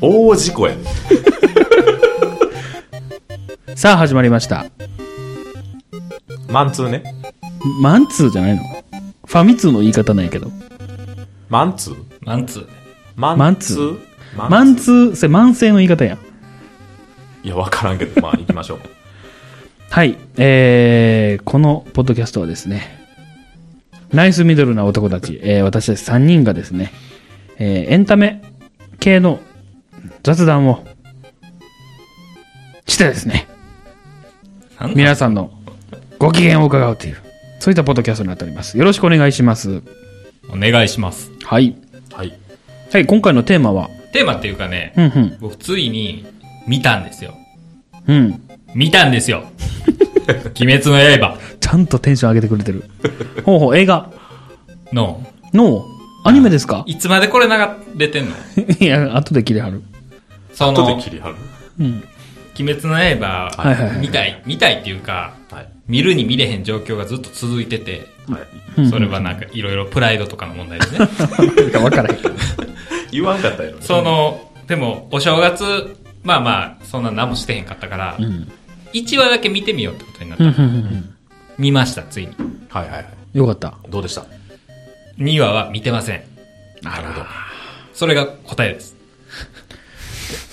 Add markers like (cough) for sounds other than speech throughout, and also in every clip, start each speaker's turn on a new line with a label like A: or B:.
A: 大事故やね
B: さあ始まりました
A: マンツーね
B: マンツーじゃないのファミ通の言い方なんやけど
A: マンツー
C: マンツー
A: マンツー
B: マンツーそれ慢性の言い方やん
A: いや分からんけどまあ行きましょう
B: はいえー、このポッドキャストはですねナイスミドルな男たち、えー、私たち3人がですね、えー、エンタメ系の雑談をしてですね
C: なんだ
B: 皆さんのご機嫌を伺うというそういったポッドキャストになっておりますよろしくお願いします
C: お願いします。
B: はい
A: はい
B: はい今回のテーマは
C: テーマっていうかね、
B: うんうん
C: 僕ついに見たんですよ。
B: うん
C: 見たんで
B: (laughs)
C: すよ。鬼滅の刃
B: ちゃんとテンション上げてくれてる (laughs) ほうほう映画
C: の、
B: のアニメですか
C: いつまでこれ流れてんの
B: (laughs) いや、後で切りは (laughs) る。
C: その、
A: 後で
C: 鬼
A: 切りはる
B: うん。
C: 滅の刃、
B: はいはいはい
C: 見たい、見たいっていうか、
A: はい
C: 見るに見れへん状況がずっと続いてて、
A: はい
C: それはなんかいろいろプライドとかの問題でね。
B: (laughs) なんか分からへん。
A: 言わんかったやろね
C: その、でも、お正月、まあまあ、そんな何もしてへんかったから、
B: ん
C: 一1話だけ見てみようってことになった。見ました、ついに。
A: はいはいはい
B: よかった。
A: どうでした
C: 2話は見てません。
A: なるほど
C: それが答えです。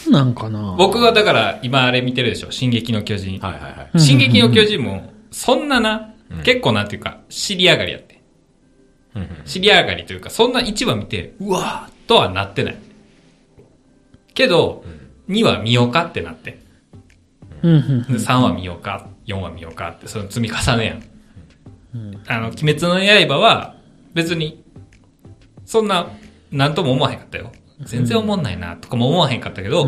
B: なんかな
C: 僕はだから、今あれ見てるでしょ、進撃の巨人。
A: はいはいはい
C: 進撃の巨人も、そんなな、結構なんていうか、尻上がりやって。
A: うんうん
C: 尻上がりというか、そんな1話見て、うわーとはなってない。けど、2話見ようかってなって。
B: うんうん。
C: で3話見ようか、4話見ようかって、その積み重ねやん。あの、鬼滅の刃は、別に、そんな、なんとも思わへんかったよ。全然思わないな、とかも思わへんかったけど、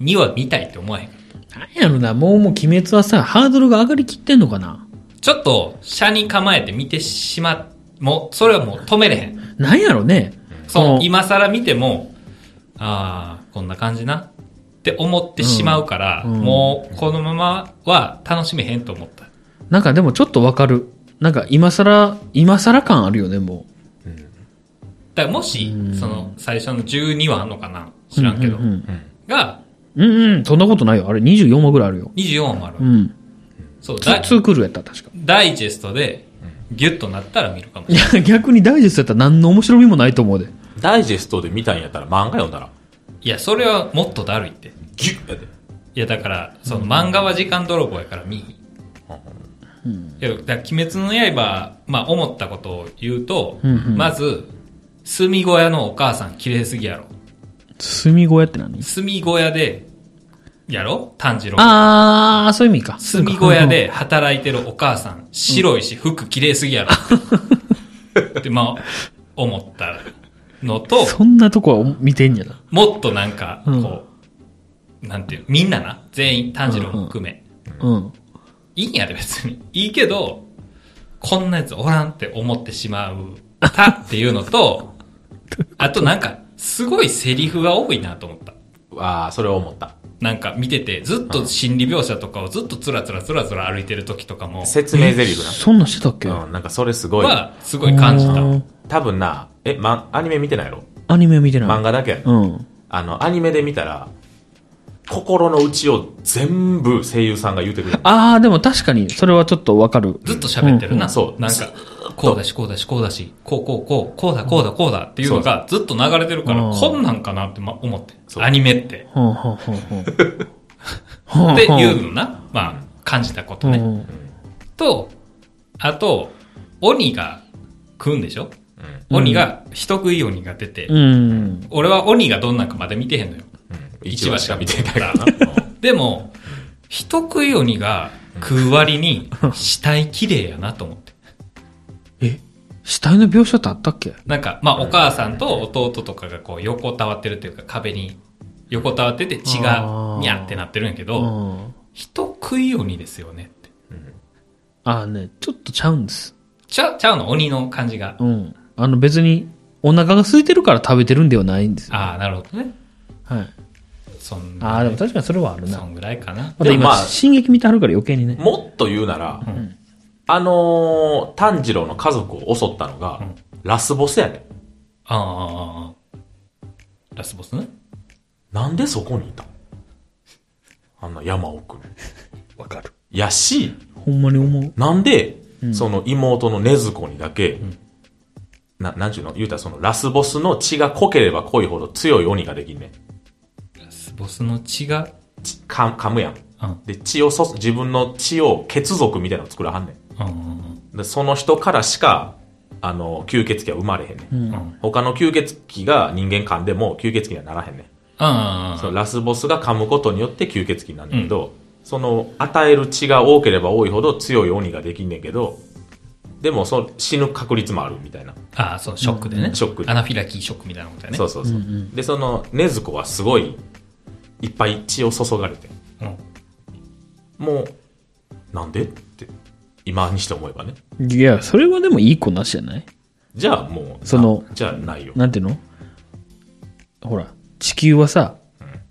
C: 2話見たいって思わへんかっ
B: なんやろな、もうもう鬼滅はさ、ハードルが上がりきってんのかな
C: た。ちょっと、車に構えて見てしま、もう、それはもう止めれへん。
B: なんやろね。
C: その
B: う、ん
C: 今更見ても、ああ、こんな感じな、って思ってしまうから、
B: うんうん
C: もう、このままは楽しめへんと思った。
B: なんかでもちょっとわかる。なんか今更、今更感あるよね、も
C: だからもし、その、最初の12話あんのかな知らんけど。
B: うんうん
C: が、
B: う。うんうん、そんなことないよ。あれ24話ぐらいあるよ。
C: 24話もある。
B: うん。
C: そう、
B: ツ
C: ダイ
B: ーツークールやった、確か。
C: ダイジェストで、ギュッとなったら見るかもし
B: い
C: れない。
B: や、逆にダイジェストやったら何の面白みもないと思うで。
A: ダイジェストで見たんやったら漫画読んだら
C: いや、それはもっとだるいって。い
A: ギュッやで
C: や、だから、その漫画は時間泥棒やから見いひん。いや、だから鬼滅の刃、まあ思ったことを言うと、
B: うんうん
C: まず、炭小屋のお母さん綺麗すぎやろ。
B: 炭小屋って何
C: 炭小屋で、やろ炭治郎。
B: あー、そういう意味か。
C: 炭小屋で働いてるお母さん、白いし服綺麗すぎやろ
B: (laughs)
C: って。って、まあ、思ったのと、
B: そんなとこは見てんやな。
C: もっとなんか、こう、なんていう、みんなな、全員、炭治郎も含め、
B: うん。
C: いいんやで別に。いいけど、こんなやつおらんって思ってしまう、たっていうのと、あとなんか、すごいセリフが多いなと思った。
A: ああそれは思った
C: なんか見てて、ずっと心理描写とかをずっとつらつらつらつら歩いてる時とかも、
A: 説明台詞
B: そんなんしてたっけ
A: なうんなんかそれすごい
C: は、すごい感じた。
B: うん
A: 多分なえまアニメ見てないやろ
B: アニメ見てない。
A: 漫画だけやね
B: うん。
A: あのアニメで見たら心の内を全部声優さんが言うてくれる
B: あー、でも確かに、それはちょっとわかる。
C: ずっと喋ってるな。
A: うんそう
C: なん
A: ず
C: か、こうだし、こうだし、こうだし、こう、こう、こう、こうだ、こうだ、こうだっていうのがずっと流れてるから、
B: うん
C: こんなんかなってま思って。
A: そう
C: アニメって。
B: ほんほんほんほん。ほん
C: って
B: ほん
C: いうのな、まあ、感じたことね。
B: うん
C: と、あと、鬼が来るんでしょ、
B: うん
C: 鬼が、人食い鬼が出て、
B: うん。
C: 俺は鬼がどんなんかまで見てへんのよ。一
A: 一
C: 話
A: 話
C: し
A: し
C: か
A: か
C: 見
A: 見て
C: てな
A: な
C: い
A: い
C: か
A: からら
C: な
A: な
C: でも、人食い鬼が食う割に、死体綺麗やなと思って。
B: え、死体の描写ってあったっけ
C: なんか、まあ、お母さんと弟とかがこう、横たわってるというか、壁に、横たわってて血が
B: あ、ー
C: にゃってなってるんやけ
B: う
C: ど、
B: ん。
C: 人食い鬼ですよねって。
B: あーね、ちょっとちゃうんです。
C: ちゃ、ちゃうの鬼の感じが。
B: うん。あの別に、お腹が空いてるから食べてるんではないんですよ。
C: ああ、なるほどね。
B: はい。
C: そん
B: ああ、でも確かにそれはあるな。
C: そんぐらいかな。
B: また
A: でもま
B: 今、
A: あ
B: 進撃見てはるから余計にね。
A: もっと言うなら、あのー炭治郎の家族を襲ったのが、ラスボスやね
C: ああああ、ラスボスね。
A: なんでそこにいたんあんな山奥に。
B: わかる。
A: やし、
B: ほんまに思う。
A: なんで、その妹の禰豆子にだけ、な、なんちゅうの言うたらそのラスボスの血が濃ければ濃いほど強い鬼ができんねん。
C: ラスボスの血が、
A: ちか噛むやん。
C: うん、
A: で、血をそ、自分の血を血族みたいなの作らはんね
C: うん、うん
A: ん。で、その人からしか、あの、吸血鬼は生まれへんねん。
C: うん、うん、うん、
A: 他の吸血鬼が人間噛んでも吸血鬼にはならへんねん。
C: あ
A: そのラスボスが噛むことによって吸血鬼になるんだけど、その与える血が多ければ多いほど強い鬼ができんねんけど、でもその死ぬ確率もあるみたいな。
C: あ、そのショックでね。
A: ショックで
C: アナフィラキーショックみたいなことやね。
A: そうそうそう。で、その、禰豆子はすごい、いっぱい血を注がれて、
C: うん。
A: もう、なんでって、今にして思えばね。
B: いや、それはでもいい子なしじゃない
A: じゃあもう、
B: その
A: なじゃあないよ。
B: なんていうのほら、地球はさ、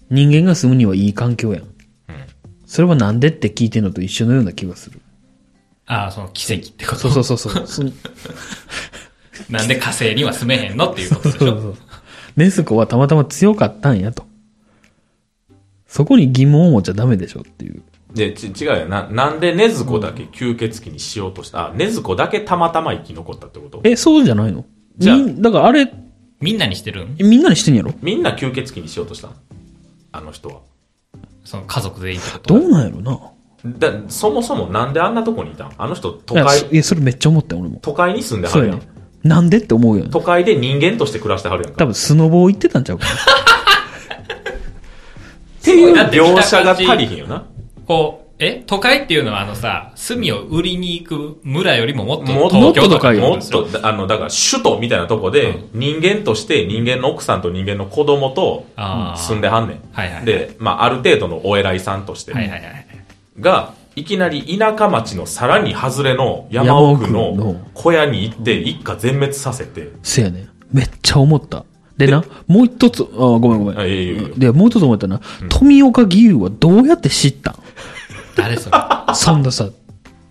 B: 人間が住むにはいい環境やん。それはなんでって聞いてんのと一緒のような気がする。
C: ああ、その奇跡ってこと。
B: そうそうそうそう。そ
C: なんで火星には住めへんのっていうことでし
B: そう
C: ょ。
B: そう。ネスコはたまたま強かったんやと。そこに疑問を持っちゃダメでしょっていう。
A: で、ち違うよな。なんで禰豆子だけ吸血鬼にしようとした、あ、禰豆子だけたまたま生き残ったってこと
B: え、そうじゃないの
A: じゃあ
B: みんだからあれ、
C: みんなにしてるん
B: みんなにしてんやろ
A: みんな吸血鬼にしようとしたのあの人は。
C: その家族全員ってこと
B: どうなんやろな
A: だそもそもなんであんなとこにいたんあの人都
B: いやそ
A: 会
B: いや、それめっちゃ思ったよ俺も。
A: 都会に住んでは
B: そう
A: る
B: や
A: や
B: ん
A: ん。。
B: なんでって思うよね。
A: 都会で人間として暮らしてはるやんか
B: 多分スノボー行ってたんちゃうかな。
A: っていう
C: だって見た
A: 描
C: 感じ
A: 写が足りひんよな
C: こう、え都会っていうのはあのさ、炭を売りに行く村よりももっと
A: もっと
C: 東京とか
B: も
A: も
C: で
A: っ
C: すよ
A: とだあのだから首都みたいなとこで人間として人間の奥さんと人間の子供と
C: あー
A: 住んではんねん、
C: はいはいはい
A: で、まあ、ある程度のお偉いさんとして
C: はいはいはい。
A: がいきなり田舎町のさらに外れの山奥
B: 山奥
A: の
B: の
A: 小屋に行って一家全滅させて、
B: せやね。めっちゃ思った。でな、もう一つ、あごめんごめん。
A: あいえいえいえ
B: で、もう一つ思ったな、富岡義勇はどうやって知った
C: (laughs)
B: ん
C: 誰それ。あ、
B: そんなさ、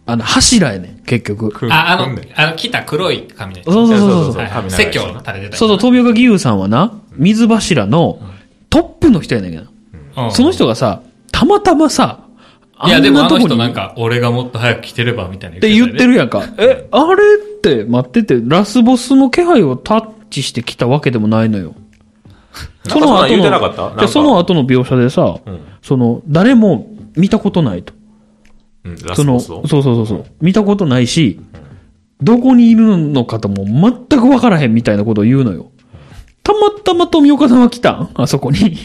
B: あの、柱やねん、結局。
A: く
C: あ
A: 組ん
C: の
A: で、
C: あの、来た黒い髪のやつ
B: そうそうそうそう
C: はいはい。
A: 雷
C: 説
A: でしょ
C: 教垂れてた。
B: そうそう、富岡義勇さんはな、水柱のトップの人やねんけど、
C: うん
B: その人がさ、たまたまさ、
C: いや、でもあの人なん
B: っ
C: か、俺がもっと早く来てれば、みたいな。って
B: 言って。るやんか。 (laughs) え、あれって待ってて、ラスボスの気配をタッチしてきたわけでもないのよ。
A: なんかそんなん言うてなかったなん
B: いや
A: か
B: その後の描写でさ、
A: ん
B: その、誰も見たことないと。
A: うん、ラ
B: そ
A: ス
B: の、
A: ボス
B: そ
A: を
B: うそうそうそう。見たことないし、どこにいるのかとも全くわからへんみたいなことを言うのよ。たまたま富岡さんは来たんあそこに。 (laughs) っ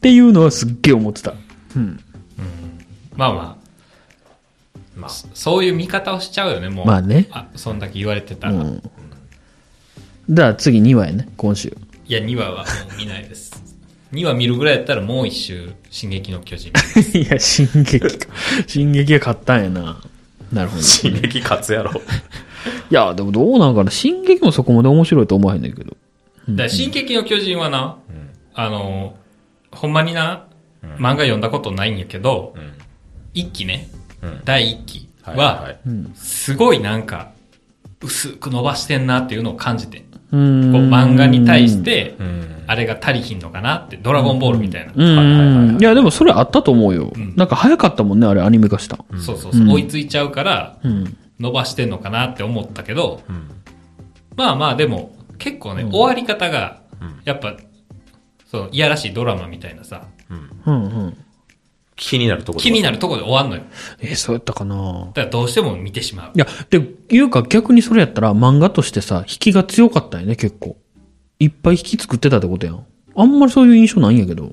B: ていうのはすっげえ思ってた。
C: まあまあ、
A: まあ
C: そういう見方をしちゃうよね、もう。
B: まあね
C: あ、そんだけ言われてたら。
B: う
C: い
B: ん。だから次2話やね、今週。
C: や、2話はもう見ないです。2話見 (laughs) るぐらいやったら、もう一周、進撃の
B: (laughs)
C: 巨人。
B: いや、進撃か。進撃が勝ったんやな。なるほど。い
A: 進撃勝つやろ
B: や、でもどうなんかな。進撃もそこまで面白いと思わへんねんけど。
C: だから、進撃の巨人はな、あの、ほんまにな、漫画読んだことないんやけど、
A: ん
C: 一期ね、
A: うん
C: 第一期 (laughs) は、
A: はい
C: すごいなんか、薄く伸ばしてんなっていうのを感じて、こ
B: う。
C: うん漫画に対し。て
A: う、ん
C: あれが足りひんのかなって、ドラゴンボールみたいな。
B: う
A: はいはいはい
B: ん。
A: はい
B: や、でもそれあったと思うよ。
C: ん
B: なんか早かったもんね、あれ、アニメ化した。
C: そうそうそう、
B: うん
C: 追いついちゃうから、
B: うん。
C: 伸ばしてんのかなって思ったけど、
A: ん
C: まあまあでも、結構ね、終わり方が、やっぱ、そう、いやらしいドラマみたいなさ、
B: うんうん。
A: 気になるところ
C: 気になるとこで終わんのよ。
B: えーそうやったかな
C: だからどうしても見てしまう
B: い。や、で、いうか逆にそれやったら漫画としてさ、引きが強かったんやね、結構。いっぱい引き作ってたってことやん。あんまりそういう印象ないんやけど。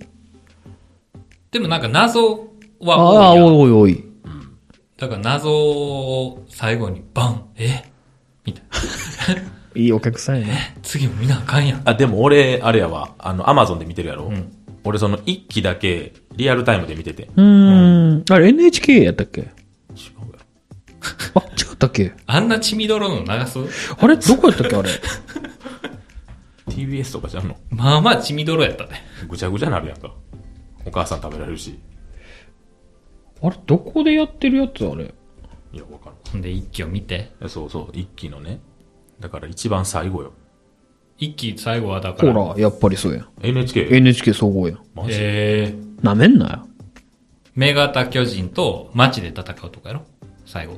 C: でもなんか謎
B: あ
C: は
B: あ
C: 多
B: ー、
C: いやん
B: おいおい。
C: だから謎を最後にバン、えみたいな。
B: いいお客さんやね。
C: 次も見なあかんやん。
A: あ、でも俺、あれやわ、あの、アマゾンで見てるやろ。
C: ん
A: 俺その一期だけリアルタイムで見てて。
B: うーん。あれ NHK やったっけあ、違ったっけ
C: あんな血みどろの流す
B: あれ (laughs) どこやったっけあれ。
A: TBS とかじゃんの
C: まあまあ血みどろやったね。
A: ぐちゃぐちゃなるやんか。お母さん食べられるし。
B: あれ、どこでやってるやつあれ。
A: いや、わかる
C: ほんで、一期を見て。
A: いや。そうそう、一期のね。だから一番最後よ。
C: 一期最後はだから。
B: ほら、やっぱりそうやん。
A: NHK。
B: NHK 総合やん。
A: マジ
C: えー、
B: なめんなよ。
C: 目型巨人と街で戦うとかやろ最後。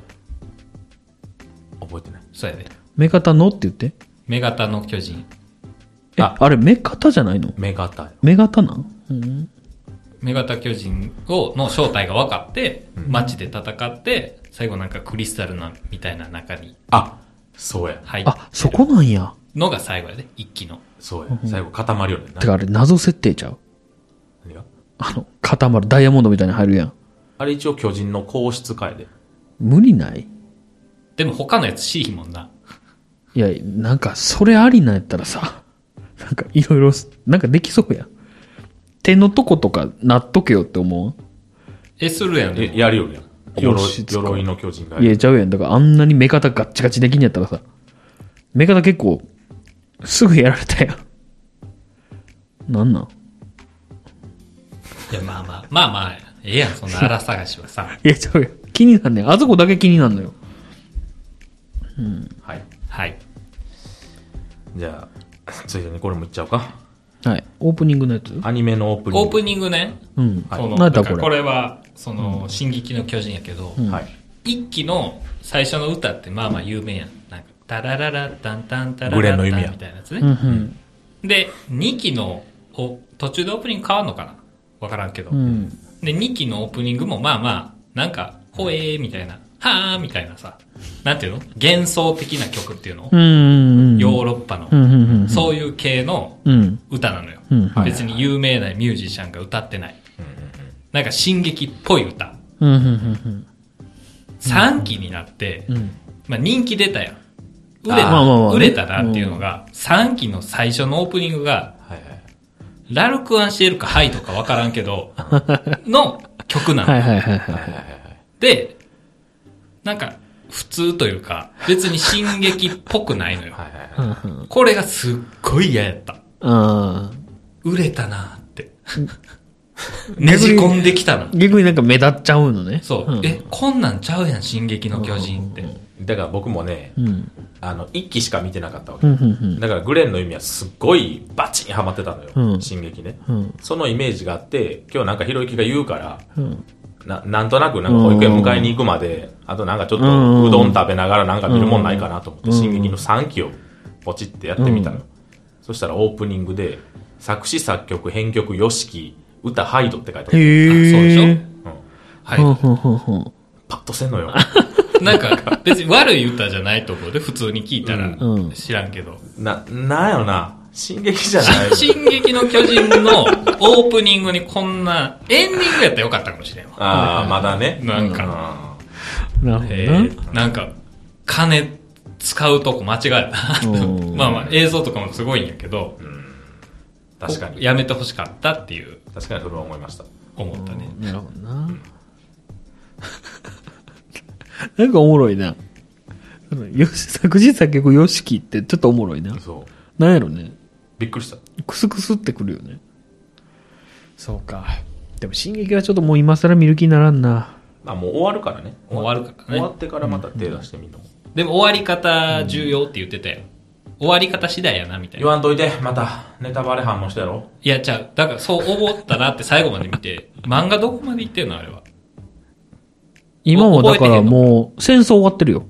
A: 覚えてない。
C: そうやで。
B: 目方のって言って。
C: 目型の巨人。
B: え、
A: あ
B: あれ、目方じゃないの
A: 目型よ。
B: 目方なんうん。
C: 目型巨人を、の正体が分かって、街で戦って、最後なんかクリスタルな、みたいな中に
A: あ、そうや。
C: 入って
B: あ、そこなんや。
C: のが最後やで、一期の。
A: そうや。最後固まるよね。
B: てか、あれ、謎設定ちゃう
A: 何が
B: あの、固まる、ダイヤモンドみたいに入るやん。
A: あれ一応巨人の皇室会で。
B: 無理ない
C: でも他のやつしいひもんな。
B: いや、なんか、それありなんやったらさ、 (laughs) なんか、いろいろ、なんかできそうやん。手のとことか、なっとけよって思
C: え、するやん。で
A: え、
C: も
A: やるよね。
B: よ
A: 鎧
B: し使う
A: 鎧の巨人が
B: ういや、ちゃうやん。だから、あんなに目方ガッチガチできんやったらさ、目方結構、すぐやられたやん。なんなん
C: いや、まあまあ、まあまあ、ええやん、そんな荒探しはさ。
B: いや、ちゃうやん。気になんねん。あそこだけ気になんのよ。
A: はい。
C: はい。
A: じゃあ、ついでにこれもいっちゃおうか。
B: はい。オープニングのやつ
A: アニメのオープニン
C: オ
A: グ。
C: ープニングね。
B: うん。
A: はい
C: その
B: なんだ
C: だから
B: これ
C: これは、その、進撃の巨人やけど、
A: はい。
C: 一期の最初の歌ってまあまあ有名やん。なんか、タラララ、タンタンタラ
A: グレ
C: ラ
A: ン
C: ラ
A: の
C: み
A: 弓
C: たい
A: や
C: なやつね。
B: うんうん。
C: で、2期のお、途中でオープニング変わんのかなわからんけど。
B: うん。
C: で、2期のオープニングもまあまあ、なんか、ほえーみたいな、はーみたいなさ、なんていうの幻想的な曲っていうの、
B: うん。
C: ヨーロッパの、
B: うんうんうん。
C: そういう系の
B: うん。
C: 歌なのよ。
B: うん
A: はい
C: 別に有名なミュージシャンが歌ってない。なんか、進撃っぽい歌。
B: うん。うん。うん。
C: 3期になって、
B: うん。
C: まあ、人気出たやん。売れ
A: あー
C: た、
A: ま
B: あまあまあね
C: 売れたなっていうのが、3期の最初のオープニングが、
A: はいはい。
C: ラルク・アンシエルかハイとかわからんけど、の曲なの。
B: はいはいはいはい。
A: はいはいはい。
C: で、なんか、普通というか、別に進撃っぽくないのよ。
A: はいはいは
B: う
A: い。
B: んうん。
C: これがすっごい嫌やった。
B: ああ。
C: 売れたなーって。ねじ込んできたな。
B: 逆になんか目立っちゃうのね。
C: そう。
B: ん
C: え、こんなんちゃうやん、進撃の巨人って。
A: だから僕もね、
B: うん。
A: あの、一期しか見てなかったわ
B: う
A: け。
B: ん。うん。
A: だからグレンの意味はすっごいバチンハマってたのよ。
B: うん
A: 進撃ね。
B: うん。
A: そのイメージがあって、今日なんかひろゆきが言うから、
B: うん。
A: ななんとなくなんか保育園迎えに行くまで、あとなんかちょっと
B: うん
A: うどん食べながらなんか見るもんないかなと思って、
B: うん
A: 進撃の3期をポチってやってみたの。そしたらオープニングで、作詞作曲編曲 YOSHIKI、歌ハイドって書いてある。
B: へえ。
A: うん
C: は
B: うん。
C: い。
B: うん。うん。
A: パッとせん
B: (laughs)
A: のよ。
C: なんか、別に悪い歌じゃないと思うで、普通に聞いたら
B: うん。
C: 知らんけど。
A: な、なんやろな。進撃じゃ
B: (laughs)
A: ない。
C: 進撃の巨人のオープニングにこんな、エンディングやったらよかったかもしれんわ。
A: ああ、まだね。
C: なんか。
A: う
B: な
C: え
B: る
C: ーなんか、金使うとこ間違えたな
B: う。ん
C: まあまあ、映像とかもすごいんやけど、
A: ん確かに。
C: やめてほしかったっていう、
A: 確かにそれは思いました。
C: 思ったね。
B: ほどな。なるほどな。なんかおもろいな。そのよし、作詞作曲、よしきってちょっとおもろいな。
A: そう。
B: なんやろね。
A: びっくりした。
B: クスクスってくるよね。そうか。でも、進撃はちょっともう今更見る気にならんな。
A: まあもう終わるからね。
C: 終わるから
A: 終
C: ね
A: わってからまた手出してみるのも。
C: でも終わり方重要って言ってたよ。終わり方次第やな、みたい
A: 言
C: な。
A: わんといて、また、ネタバレ反応したやろ。
C: いや、じゃあ、だからそう思ったなって最後まで見て、漫画どこまで行ってんのあれは。
B: 今もだからもう、戦争終わってるよ。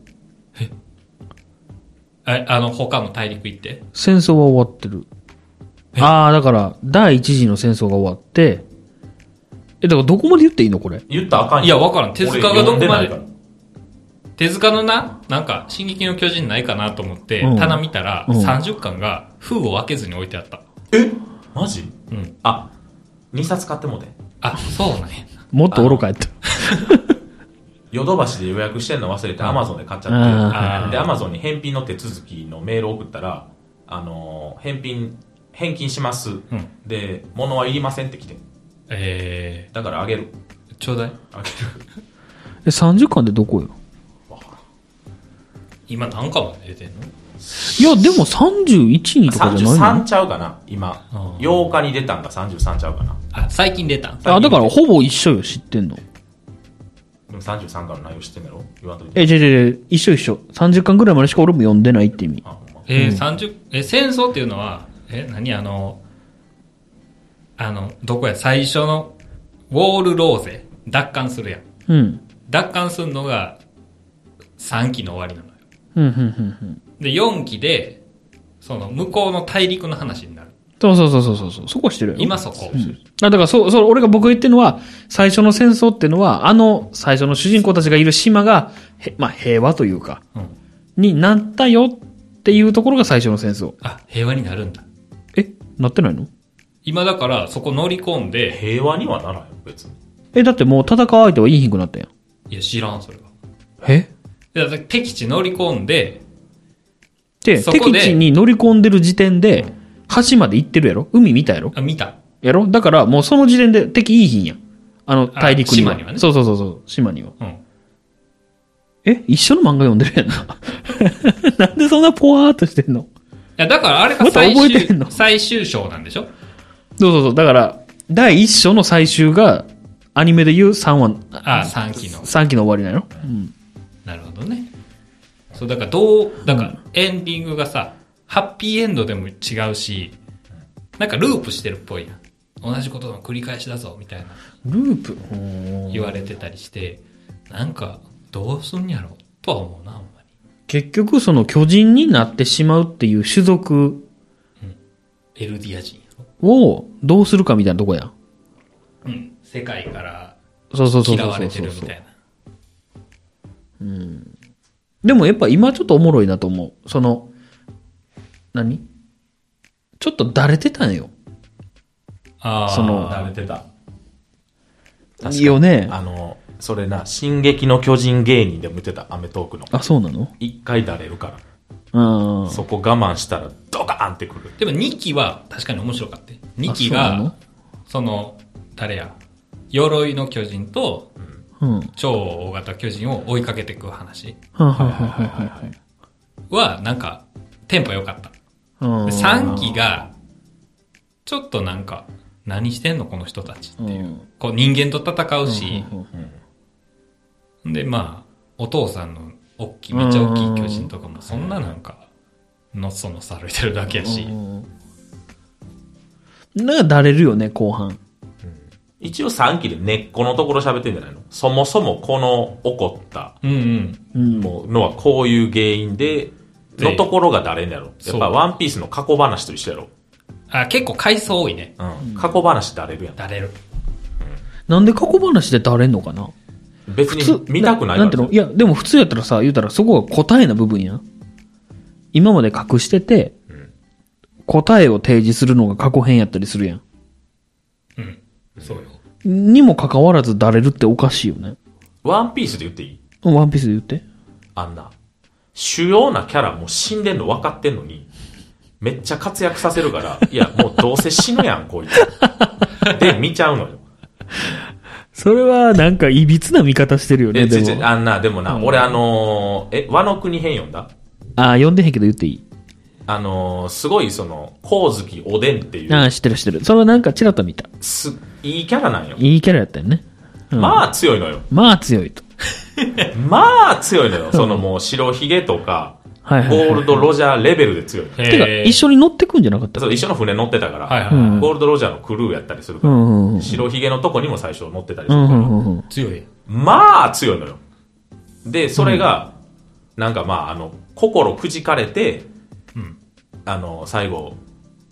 C: ああの、他の大陸行って。
B: 戦争は終わってる。
C: え
B: ああ、だから、第一次の戦争が終わって、え、だからどこまで言っていいのこれ。
A: 言ったらあかんよ
C: いや、わからん。手塚がどこ
A: 俺
C: ま
A: 読ん
C: で
A: ないから。
C: 手塚のな、なんか、進撃の巨人ないかなと思って
B: うん、
C: 棚見たら、
B: うん
C: 30巻が封を開けずに置いてあった。
A: えマジ
C: うん。
A: あ、2冊買ってもうて。
C: あ、そうなんや。
B: もっと愚かやった。
A: ヨドバシで予約してんの忘れて、アマゾンで買っちゃ
B: あ
A: って。
C: ー
A: で、アマゾンに返品の手続きのメール送ったら、あのー、返品、返金します。
C: ん
A: で、物はいりませんって来て。
C: え
A: だからあげる。
C: ー、ちょうだい。
A: あげる。
B: え、30巻でどこよ
C: 今何巻まで出てんの
B: いや、でも31にとかじゃない
A: 33
B: の
A: ちゃうかな今
C: あー
A: 8日に出たんが33ちゃうかな
C: あ、最近出たん
B: あ、だからほぼ一緒よ、知ってんの。
A: でも33巻の内容知ってんだろ言わんといて
B: え、じゃじゃ一緒一緒。30巻ぐらいまでしか俺も読んでないって意味。
A: あほんま
C: えー、30、え、戦争っていうのは、え、何あの、あの、どこや、最初の、ウォールローゼ、奪還するやん。
B: うん。
C: 奪還するのが、3期の終わりなのよ。
B: うん、うん、うん、うん。
C: で、4期で、その、向こうの大陸の話になる。
B: そうそうそうそうそう。そこしてるよ。
C: 今そこ。
B: あだから、そう、そう、俺が僕が言ってるのは、最初の戦争っていうのは、あの、最初の主人公たちがいる島が、へまあ、平和というか、
C: うん
B: になったよっていうところが最初の戦争。
C: あ、平和になるんだ。
B: え、なってないの
C: 今だから、そこ乗り込んで、
A: 平和にはならへん別に
B: え、だってもう戦う相手はいいひんくなったやん。
C: いや、知らん、それは。
B: え
C: でだから敵地乗り込んで、
B: で、
C: そこ
B: 敵
C: で
B: 地に乗り込んでる時点で、橋まで行ってるやろ海見たやろ
C: あ、見た。
B: やろだから、もうその時点で敵いいひんやん。あの、
C: あ
B: 大陸には。
C: 島にはね
B: そうそうそうそう、島には。
C: うん。
B: え、一緒の漫画読んでるやんな。 (laughs) なんでそんなポワーっとしてんの
C: いや、だからあれ
B: ま
C: が
B: た
C: 最
B: 覚えてんの
C: 終、最終章なんでしょ
B: そうそうそう。だから、第一章の最終が、アニメで言う3話、
C: あ、3期の。
B: 3期の終わりなのうん。
C: なるほどね。そう、だからどう、だからエンディングがさ、ハッピーエンドでも違うし、なんかループしてるっぽいやん。同じことの繰り返しだぞ、みたいな
B: ループ。
C: 言われてたりして、なんか、どうすんやろ、とは思うな、ほんまに。
B: 結局、その巨人になってしまうっていう種族
C: エルディア人やろ。
B: をどうするかみたいなとこやん。
C: うん。世界から
B: そうそうそうそうそうそう。
C: 嫌われてるみたいな。
B: でもやっぱ今ちょっとおもろいなと思う。その、何ちょっとだれてたんよ。
C: ああ、
B: その
A: 慣れてた確か
B: い
A: に
B: いよね。
A: あのそれな「進撃の巨人」芸人でも言ってたアメトークの
B: あ、そうなの
A: 一回だれるから、
B: うん。
A: そこ我慢したらドカーンってくる
C: でも2期は確かに面白かった。2
B: あそ
C: 期
B: うな
C: が
B: の、
C: その、誰や、鎧の巨人と
B: うん。はい
C: 超大型巨人を追いかけていく話
B: はいはいはいはい。
C: は、なんか、テンポ良かった。
B: うん
C: で3期が、ちょっとなんか、何してんのこの人たちっていう。
B: うん
C: こう人間と戦うし、
B: うん
C: でまあ、お父さんの大きい、めっちゃ大きい巨人とかも、そんななんか、のっそのっさ歩いてるだけやし、
B: なんかだれるよね、後半。
A: 一応3期で根っこのところ喋ってんじゃないのそもそもこの起こった
C: うんう
B: う
C: ん。
B: ん。
A: もうのはこういう原因でのところが誰ねやろや
C: そ
A: っ
C: う
A: ぱワンピースの過去話と一緒やろ、
C: あ、結構回数多いね。
A: うん、過去話だれるやん
C: だれる。
B: なんで過去話でだれんのかな
A: 別に見たくない
B: な
A: か
B: んていう
A: ら
B: のいや、でも普通やったらさ、言うたらそこが答えな部分やん。今まで隠してて、答えを提示するのが過去編やったりするやん。
C: うん。そうよ。
B: にもかかわらずだれるっておかしいよね。
A: ワンピースで言っていい
B: ワンピースで言って。
A: あんな主要なキャラもう死んでんの分かってんのにめっちゃ活躍させる
B: (laughs)
A: からいやもうどうせ死ぬやんこいつで見ちゃうのよ
B: それはなんかいびつな見方してるよ
A: え
B: ね、で
A: ちち
B: も。
A: あんなでもな、俺あのーえ和の国編読んだ
B: あ、読んでへんけど言っていい
A: あのーすごいその光月おでんっていう
B: ああ、知ってる知ってる。それはなんかチラッと見た。
A: すいいキャラなんよ、
B: いいキャラやったよね。うん、あ。
A: まあ強いのよ
B: まあ強いと。
A: まあ強いの
B: (laughs)
A: よそのもう白ひげとか
B: はいはい、
A: ゴ
B: はい。
A: ールドロジャーレベルで強い
B: てか、一緒に乗ってくんじゃなかった
A: そう一緒の船乗ってたから、
C: はいはいはい
B: うん
A: ゴールドロジャーのクルーやったりするか
B: う
A: ら、
B: んうんうん。
A: 白ひげのとこにも最初乗ってたり
B: う
A: する
B: ん
A: か
B: う
A: ら、
B: んうんうん。
C: 強い。
A: まあ強いのよ。で、それが、なんかまあ、あの、心くじかれて、
C: うん
A: あの、最後、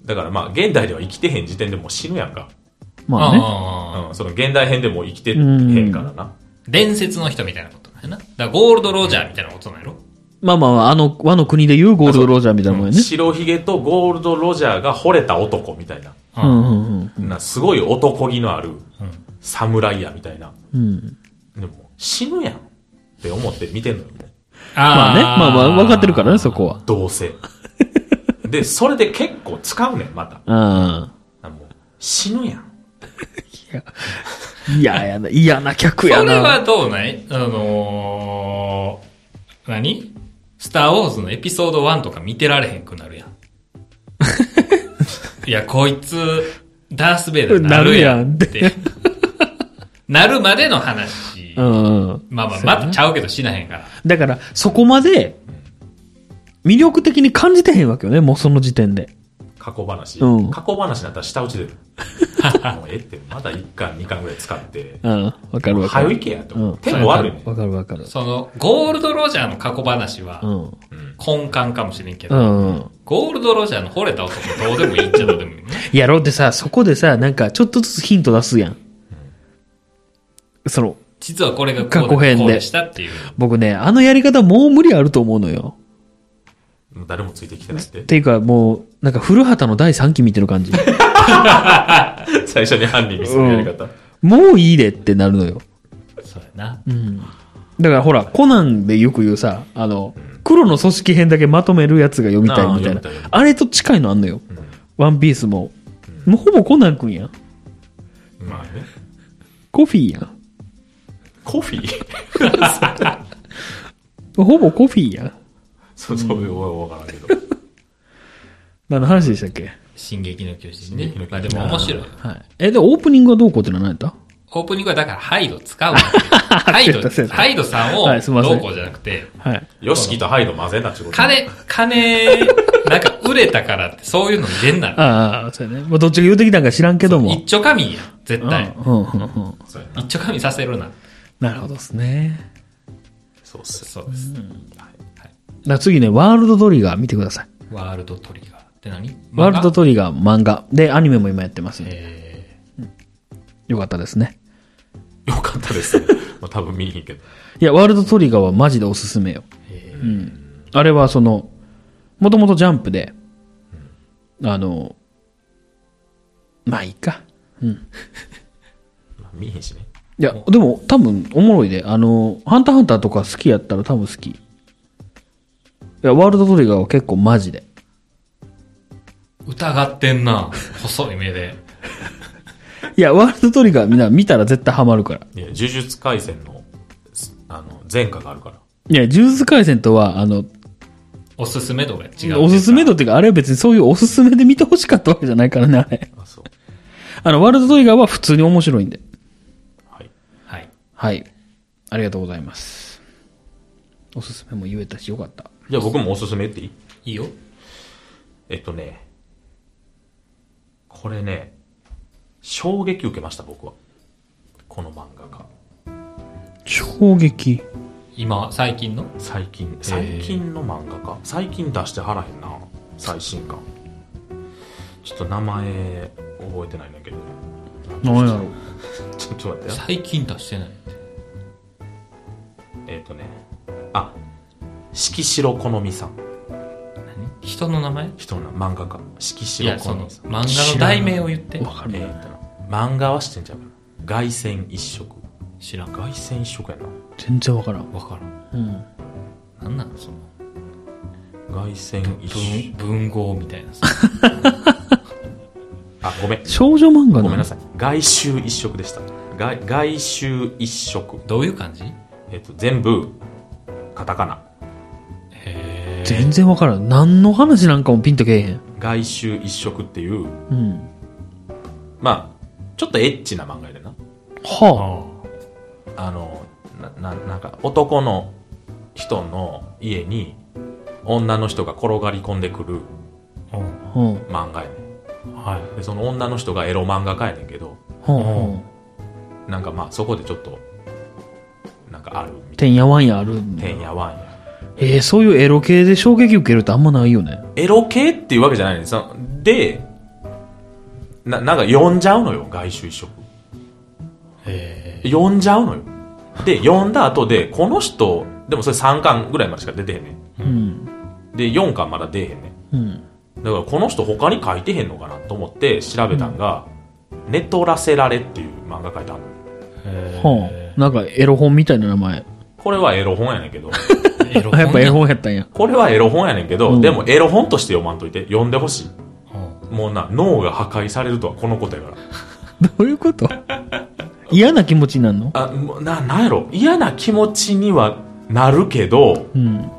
A: だからまあ、現代では生きてへん時点でもう死ぬやんか。
B: まあね。
C: あ
A: うん、その現代編でもう生きてへんからな。
C: ー伝説の人みたいなことだよな。だからゴールドロジャーみたいなことなんやろ
B: まあまあまあ、あの、和の国で言うゴールドロジャーみたいなもんやね。
A: 白ひげとゴールドロジャーが惚れた男みたいな。
B: う
C: うん
B: んうんうん。
A: なすごい男気のある
C: うん
A: 侍やみたいな。
B: うん。
A: でも、死ぬやんって思って見てんのよ。
B: まあね。まあまあ、分かってるからね、そ
C: こ。
B: こは。
A: どうせ。で、それで結構使うねん、また。
B: あ
A: あもう死ぬやん。
B: あ。いや、やな、嫌な客
C: そ
B: やな。
C: れはどうないあのー、何スター・ウォーズのエピソード1とか見てられへんくな
B: (laughs)
C: るやん。いや、こいつ、ダース・ベイダーなるやんって。なるまでの話。
B: (laughs) うんうん。
C: まあまあ、またちゃうけど死なへんから。
B: だから、そこまで、魅力的に感じてへんわけよね、もうその時点で。
A: 過去話。
B: うん
A: 過去話になったら下打ちで。
B: (laughs)
A: もうええって、まだ1巻、2巻ぐらい使って。
B: うん。わかるわか
A: 早
B: る。
A: いけやと
B: う
A: 思
B: ん
A: う。手も悪いね。
B: わかるわかる。
C: その、ゴールド・ロジャーの過去話は
B: う、ん。
C: 根幹かもしれんけ
B: う
C: ど、
B: んうん。
C: ゴールド・ロジャーの惚れた男どうでもいいっちゃどうでもいいね。
B: (laughs) いやろうってさ、そこでさ、なんかちょっとずつヒント出すやん。その、
C: 実はこれがこう
B: 過去編で
C: こうでしたっていう。
B: 僕ね、あのやり方もう無理あると思うのよ。
A: もう誰もついてきてないって
B: っ。ていうかもう、なんか古畑の第3期見てる (laughs) 感じ。
A: 最初に犯人見せるやり方。
B: もういいでってなるのよ。
C: そうやな。
B: だからほら、コナンでよく言うさ、あの、黒の組織編だけまとめるやつが読みたいみた
A: あ
B: い
A: ー読みたい読み
B: な
A: た。い
B: あれと近いのあんのよ。ワンピースも。もうほぼコナンくんやん。
A: まあね。
B: コフィーやん。
A: コフィー
B: ほぼコフィーやん。
A: そう、そういうわからんけど。
B: 何の話でしたっけ
C: 進撃の巨人
A: 進
C: ね
A: 撃の。巨人
C: まあでも面白いよ。
B: はい。え、で、オープニングはどうこうってのは何やった
C: オープニングはだからハイド使うわけよハイ
B: そうやったそうや
C: ド、
B: った
C: ハイドさんを
B: はいすいません
C: どうこうじゃなくて、
B: はい。
A: ヨシキとハイド混ぜんなってこと。
C: 金、金、なんか売れたからってそういうの入れんなら。
B: ああ、そうやね。まあ、どっちが言うてきたんか知らんけども。
C: 一丁神やん、絶対。
B: うん、うん、うん。
A: そうやな
C: 一丁神させるな。
B: なるほどですね。
A: そうっす。
C: そうです。
B: だから次ね、ワールドトリガー見てください。
C: ワールドトリガーって何
B: ワールド
C: ト
B: トリガー漫画。で、アニメも今やってますん
C: リガー
B: で。
C: え
B: よかったですね。
A: よかったです。まあ多分見に行けど。
B: いや、ワールドトリガーはマジでおすすめよ。うん。あれはその、もともとジャンプで、あの、まあいいか。
A: まあ見えへんしね。
B: いや、でも多分おもろいで。あの、ハンターハンターとか好きやったら多分好き。いや、ワールドトリガーは結構マジで。
C: ー疑ってんな。細い目で。
B: いや、ワールドトリガーみんな見たら絶対ハマるから。
A: いや、呪術廻戦の、すあの、前科があるから。
B: いや、呪術廻戦とは、あの、
C: おすすめ度が違うっていうか。
B: おすすめ度っていうか、あれは別にそういうおすすめで見てほしかったわけじゃないからね、あれ。
A: あ、そう。
B: (laughs) あの、ワールドトリガーは普通に面白いんで。
A: はい。
C: はい。
B: はい。ありがとうございます。おすすめも言えたし、よかった。
A: じゃあ僕もおすすめ言っていい
C: いいよ。
A: えっとね、これね、衝撃受けました、僕は。この漫画が。
B: 衝撃。
C: 今、最近の
A: 最近、最近の漫画か。最近出してはらへんな。最新刊。ちょっと名前覚えてないんだけど。
B: 何やろう。
A: (laughs) ちょっと待ってよ。
C: 最近出してない。
A: えっとね、あ、色白好みさん。
C: 何人の名前
A: 人の漫画家。色
C: い
A: 白
C: や、
A: 好
C: その、
A: みさん。
C: 漫画の題名を言って。
B: わかる
A: え
B: ね。
A: ーとな漫画は知ってんちゃうかな。凱旋一色。
C: 知らんか。
A: 凱旋一色やな。
B: 全然わからん。
C: わからん。
B: うん。
C: なんなのその、
A: 凱旋一色
C: 文、。文豪みたいなさ。 (laughs)
A: あ、ごめん。
B: 少女漫画
A: ごめんなさ
B: さ
A: い。外周一色でした。外外周一色。
C: どういう感じ
A: えっと、全部、カタカナ。
C: へー
B: 全然わからん。何の話なんかもピンとけえへん。
A: 外周一色っていう、
B: うん。
A: まあ、ちょっとエッチな漫画やでな。
B: は
C: あ
A: あの、な、ななんか、男の人の家に、女の人が転がり込んでくる
C: あ。
B: あ。うん。は
A: 漫画やね
C: はい。
A: ん。で、その女の人がエロ漫画家やねんけど、
B: あ。は
A: なんかまあ、そこでちょっと、なんかある
B: あ。
A: みた
B: てんやわんやあるん
A: い
B: だ
A: な。てんやわんや。
B: えー、そういうエロ系で衝撃受けるってあんまないよね。
A: エロ系っていうわけじゃないんですよ。で、な、なんか呼んじゃうのよ、外周移植。
C: へ
A: 呼んじゃうのよ。で、呼んだ後で、この人、でもそれ3巻ぐらいまでしか出てへんねん。
B: うん。
A: で、4巻まだ出えへんね
B: うん。
A: ん。だからこの人他に書いてへんのかなと思って調べたんが、寝取らせられっていう漫画書いてあるのよ
C: え。
B: はあ。なんかエロ本みたいな名前。
A: これはエロ本やねん
B: (laughs)
A: けど、
C: エロ
B: あやっぱエロ
C: 本
B: 本やったんや。 (laughs)
A: これはエロ本やねんけど、
B: うん
A: でもエロ本として読まんといて、読んでほしい。
C: やは
A: もうな、脳が破壊されるとはこのことやから。
B: どういうこと嫌な気持ちになるの
A: あもうななんやろ嫌な気持ちにはなるけど
B: うん。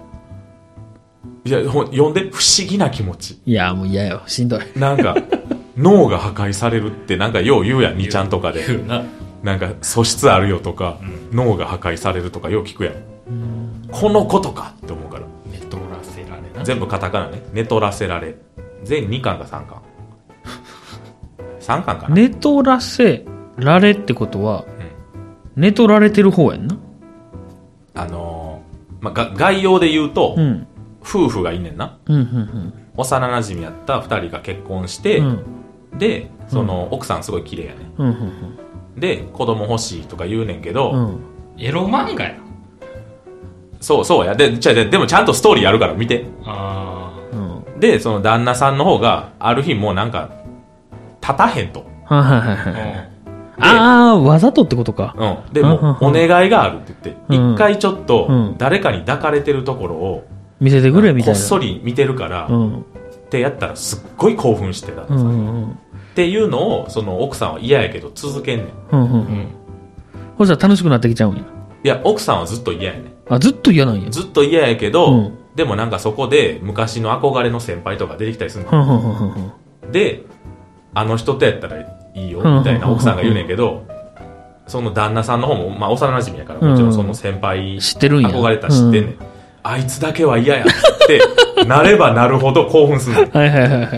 A: いや、ほん読んで、不思議な気持ち。
B: いや、もう嫌よ。しんどい。
A: なんか、脳が破壊されるって、なんかよう言うやん、2ちゃんとかで。
C: 言うな。
A: なんか素質あるよとか、脳が破壊されるとかよう聞くやん、このことかって思うから
C: 寝取らせられな。
A: 全部カタカナね寝取らせられ全2巻か3巻3巻かな、
B: 寝取らせられってことは、寝取られてる方やんな。
A: あのーまあ、が概要で言うと、
B: うん。
A: 夫婦がいんねんな
B: うん、うん、
A: 幼なじみやった2人が結婚して、
B: うん。うん、
A: でその、奥さんすごい綺麗やね
B: うん、うん
A: で子供欲しいとか言うねんけど、
B: うん。うん。
C: エロ漫画やな。
A: そうそうやでちゃででもちゃんとストーリーあるから見て
C: あ
B: うん。
A: でその旦那さんの方がある日もうなんか立たへんと、
B: はいはいはいは
C: あ。
B: い。
C: う
B: ああ、わざとってことか。
A: うん、で
B: うん
A: もう
B: う
A: お
B: んう
A: 願いがあるって言って一、
B: うん
A: 回ちょっ
B: うん
A: と誰かに抱かれてるところを
B: 見せてくれみた
A: こっ
B: いな。
A: そり見てるから、
B: う
A: っ
B: ん。
A: てやったらすっごい興奮してた、
B: う
A: っ
B: んうんうん。
A: ていうのをその奥さんは嫌やけど続けんねんい
B: うんうん
C: ん。う
B: うん。
C: ん。
B: ほしたら楽しくなってきちゃうんや。
A: や奥さんはずっと嫌やねん
B: あ、ずっと嫌なんや。
A: ずっと嫌やけど、
B: うん
A: でもなんかそこで昔の憧れの先輩とか出てきたりするの
B: ふんふんふんふんふん。
A: であの人とやったらいいよ
B: うん
A: みたいな奥さんが言うねんけどその旦那さんの方も、まあ、幼馴染やからもちろんその先輩
B: 知ってるんや。
A: 憧れたら知ってんねん、あいつだけは嫌やってなればなるほど興奮するの
B: うん。はいはいはいはいはい。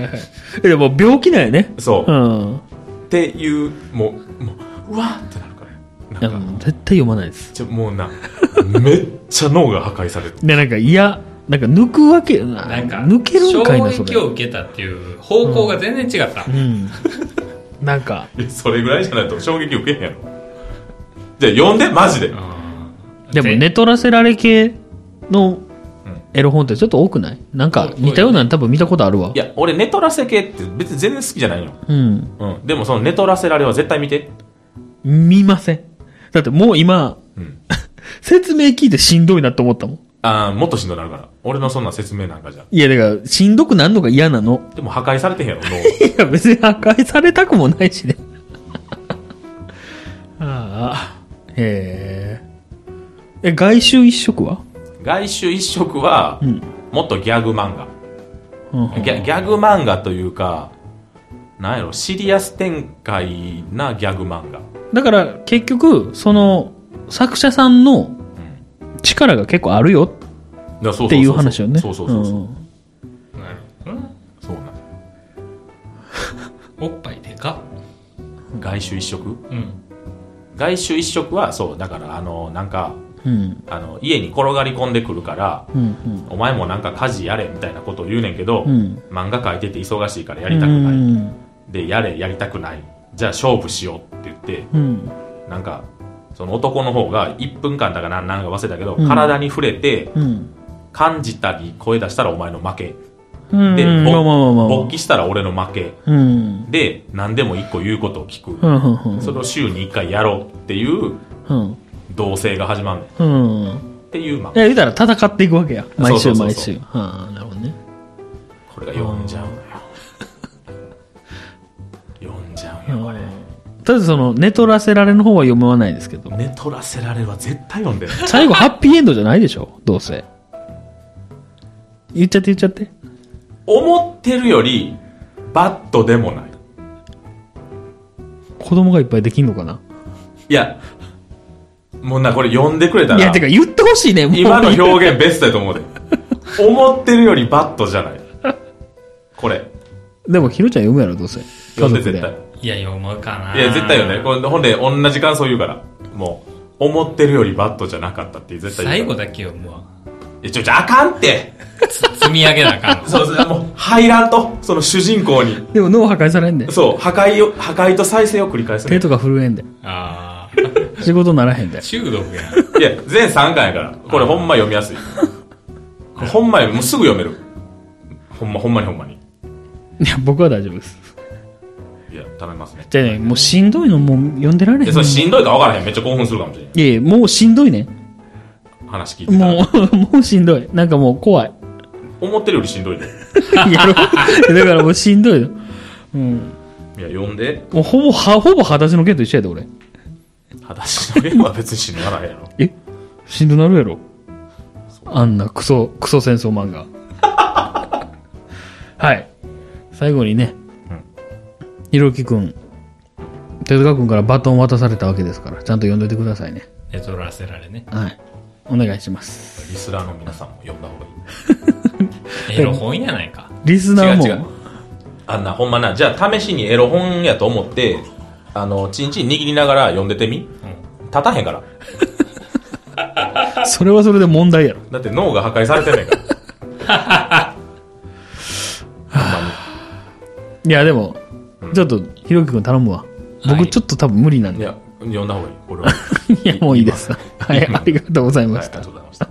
B: えでも病気なんやね。
A: そうう、
B: ん。
A: っていうもうもううわーってなるから
B: いや
A: なんか
B: もう絶対読まないです。
A: ちょもうなめっちゃ脳が破壊される
B: で、なんか嫌、なんか抜くわけ、な
C: なんか、
B: 抜けるんかいな、
C: 衝
B: そ
C: 撃を
B: れ。
C: 受けたっていう方向が全然違った。
B: うん。 (laughs) なんか、
A: いやそれぐらいじゃないと衝撃受けへんやろじゃあ呼んでマジで
C: うん
B: でも、寝取らせられ系のエロ本ってちょっと多くないなんか、似たようなの多分見たことあるわ
A: い。や俺寝取らせ系って別に全然好きじゃないの
B: うん。
A: うん、でもその寝取らせられは絶対見て。
B: 見ません。だってもう今、
A: うん。
B: 説明聞いてしんどいなと思ったもん。
A: ああ、もっとしんどくなるから。俺のそんな説明なんかじゃ。
B: いや、だから、しんどくなんのが嫌なの。
A: でも破壊されてへんやろ、脳。
B: (laughs) いや、別に破壊されたくもないしね。ああ。へえ。え、外周一色は
A: 外周一色は、もっとギャグ漫画。
B: うんうん
A: ギャギャグ漫画というか、なんやろ、シリアス展開なギャグ漫画。
B: だから、結局、その、作者さんの力が結構あるよ
A: だっ
B: っていう話よね。
A: そうそうそうそう。
B: ん
C: なるほどな
A: そうなん
C: おっぱいでか
A: 外周一色
C: うん。
A: 外周一色は、そう、だから、あの、なんか、
B: うん。
A: あの、家に転がり込んでくるから、
B: うん。うん。
A: お前もなんか家事やれみたいなことを言うねんけど、
B: うん
A: 漫画描いてて忙しいからや
B: う
A: りたくない。
B: ん。
A: で、やれ、やりたくない。じゃあ勝負しようって言っ
B: うん。
A: て、なんか、その男の方が1分間だかなんなんか忘れたけど、
B: うん
A: 体に触れて、
B: うん。
A: 感じたり声出したらお前の負け。
B: うん。
A: で、
B: まあまあまあまあまあ
A: 勃起したら俺の負け。
B: うん。
A: で、何でも1個言うことを聞く。
B: うん。うん。
A: それを週に1回やろうっていう
B: うん。
A: 同性が始まる
B: うん。
A: っていう、まあ
B: い、や、言うたら戦っていくわけや。毎週
A: そうそう
B: 毎
A: そうそう
B: 週。はあ、なるほどね。
A: これが読んじゃうのよ。 (laughs) 読んじゃうよ、これ。
B: とりあえずその、寝取らせられの方は読まないですけど。
A: 寝取らせられるは絶対読んでる。
B: 最後、ハッピーエンドじゃないでしょどうせ。言っちゃって言っちゃって。
A: 思ってるより、バッドでもない。
B: 子供がいっぱいできんのかない
A: や、もうな、これ読んでくれた
B: いや、
A: ら
B: て、か言ってほしいね、もう。
A: 今の表現ベストやと思う
B: (laughs)
A: で。思ってるよりバットじゃない。これ、
B: でも、ひろちゃん読むやろ、どうせ。
A: 読んで
B: 家族
A: 絶対。
C: いや、読むかな。
A: いや、絶対よね。これほんで、同じ感想言うから。もう、思ってるよりバットじゃなかったって絶対
C: 最
A: 言うか
C: 後
A: ら。
C: だけ読むわ。
A: いや、ちょ、じゃああかんって
C: つ積み上げなあか (laughs) んわ。
A: そうそう、もう、入らんと、その主人公に。
B: でも、脳破壊されんで。
A: そう、破壊を、破壊と再生を繰り返すね
B: 手とか震えんで。
C: あ
B: 仕事ならへんで
C: あ。。中毒やん。
A: いや、全3巻やから。これほんま読みやすい。これほんまに、もうすぐ読める。ほんま、ほんまにほんまに。
B: いや、僕は大丈夫です。
A: いや、頼みますね。
B: じゃあね、もうしんどいのもう読んでられへん。
A: いや、それしんどいか分からへん。めっちゃ興奮するかもしれん。
B: いやいや、もうしんどいね。
A: 話聞いてたら。
B: もう、もうしんどい。なんかもう怖い。 (laughs)
A: 思ってるよりしんどいで。
B: やろだからもうしんどいの。うん。
A: いや、読んで、
B: もうほぼ、は、ほぼ裸足の剣と一緒やで、俺。
A: 裸足のゲームは別にしんどないやろ。 (laughs)
B: えしんどなるやろあんなクソ、クソ戦争漫画。はい。最後にね
A: うん、
B: ひろきくん、手塚くんからバトン渡されたわけですから、ちゃんと読んでいてくださいね。
C: 寝取らせられね。
B: はい。お願いします。
A: リスラーの皆さんも読んだ方がいい。
C: エロ本やないか。
B: リスナーも、
A: 違う違うあんな、ほんまな、じゃあ試しにエロ本やと思って、あの、チンチン握りながら読んでてみ
C: う
A: 立たへんから。
B: それはそれで問題やろ。
A: だって脳が破壊されてないから。
B: いや、でも、ちょっと、ひろきくん頼むわ。
C: は
B: 僕
C: い
B: ちょっと多分無理なん
A: い
B: で。
A: や、読んだ方がいい。俺は。
B: (laughs) いや、もういいです。はい、ありがとうござい
A: は
B: ま
A: い、あ
B: し
A: りが
B: た
A: と。うございました。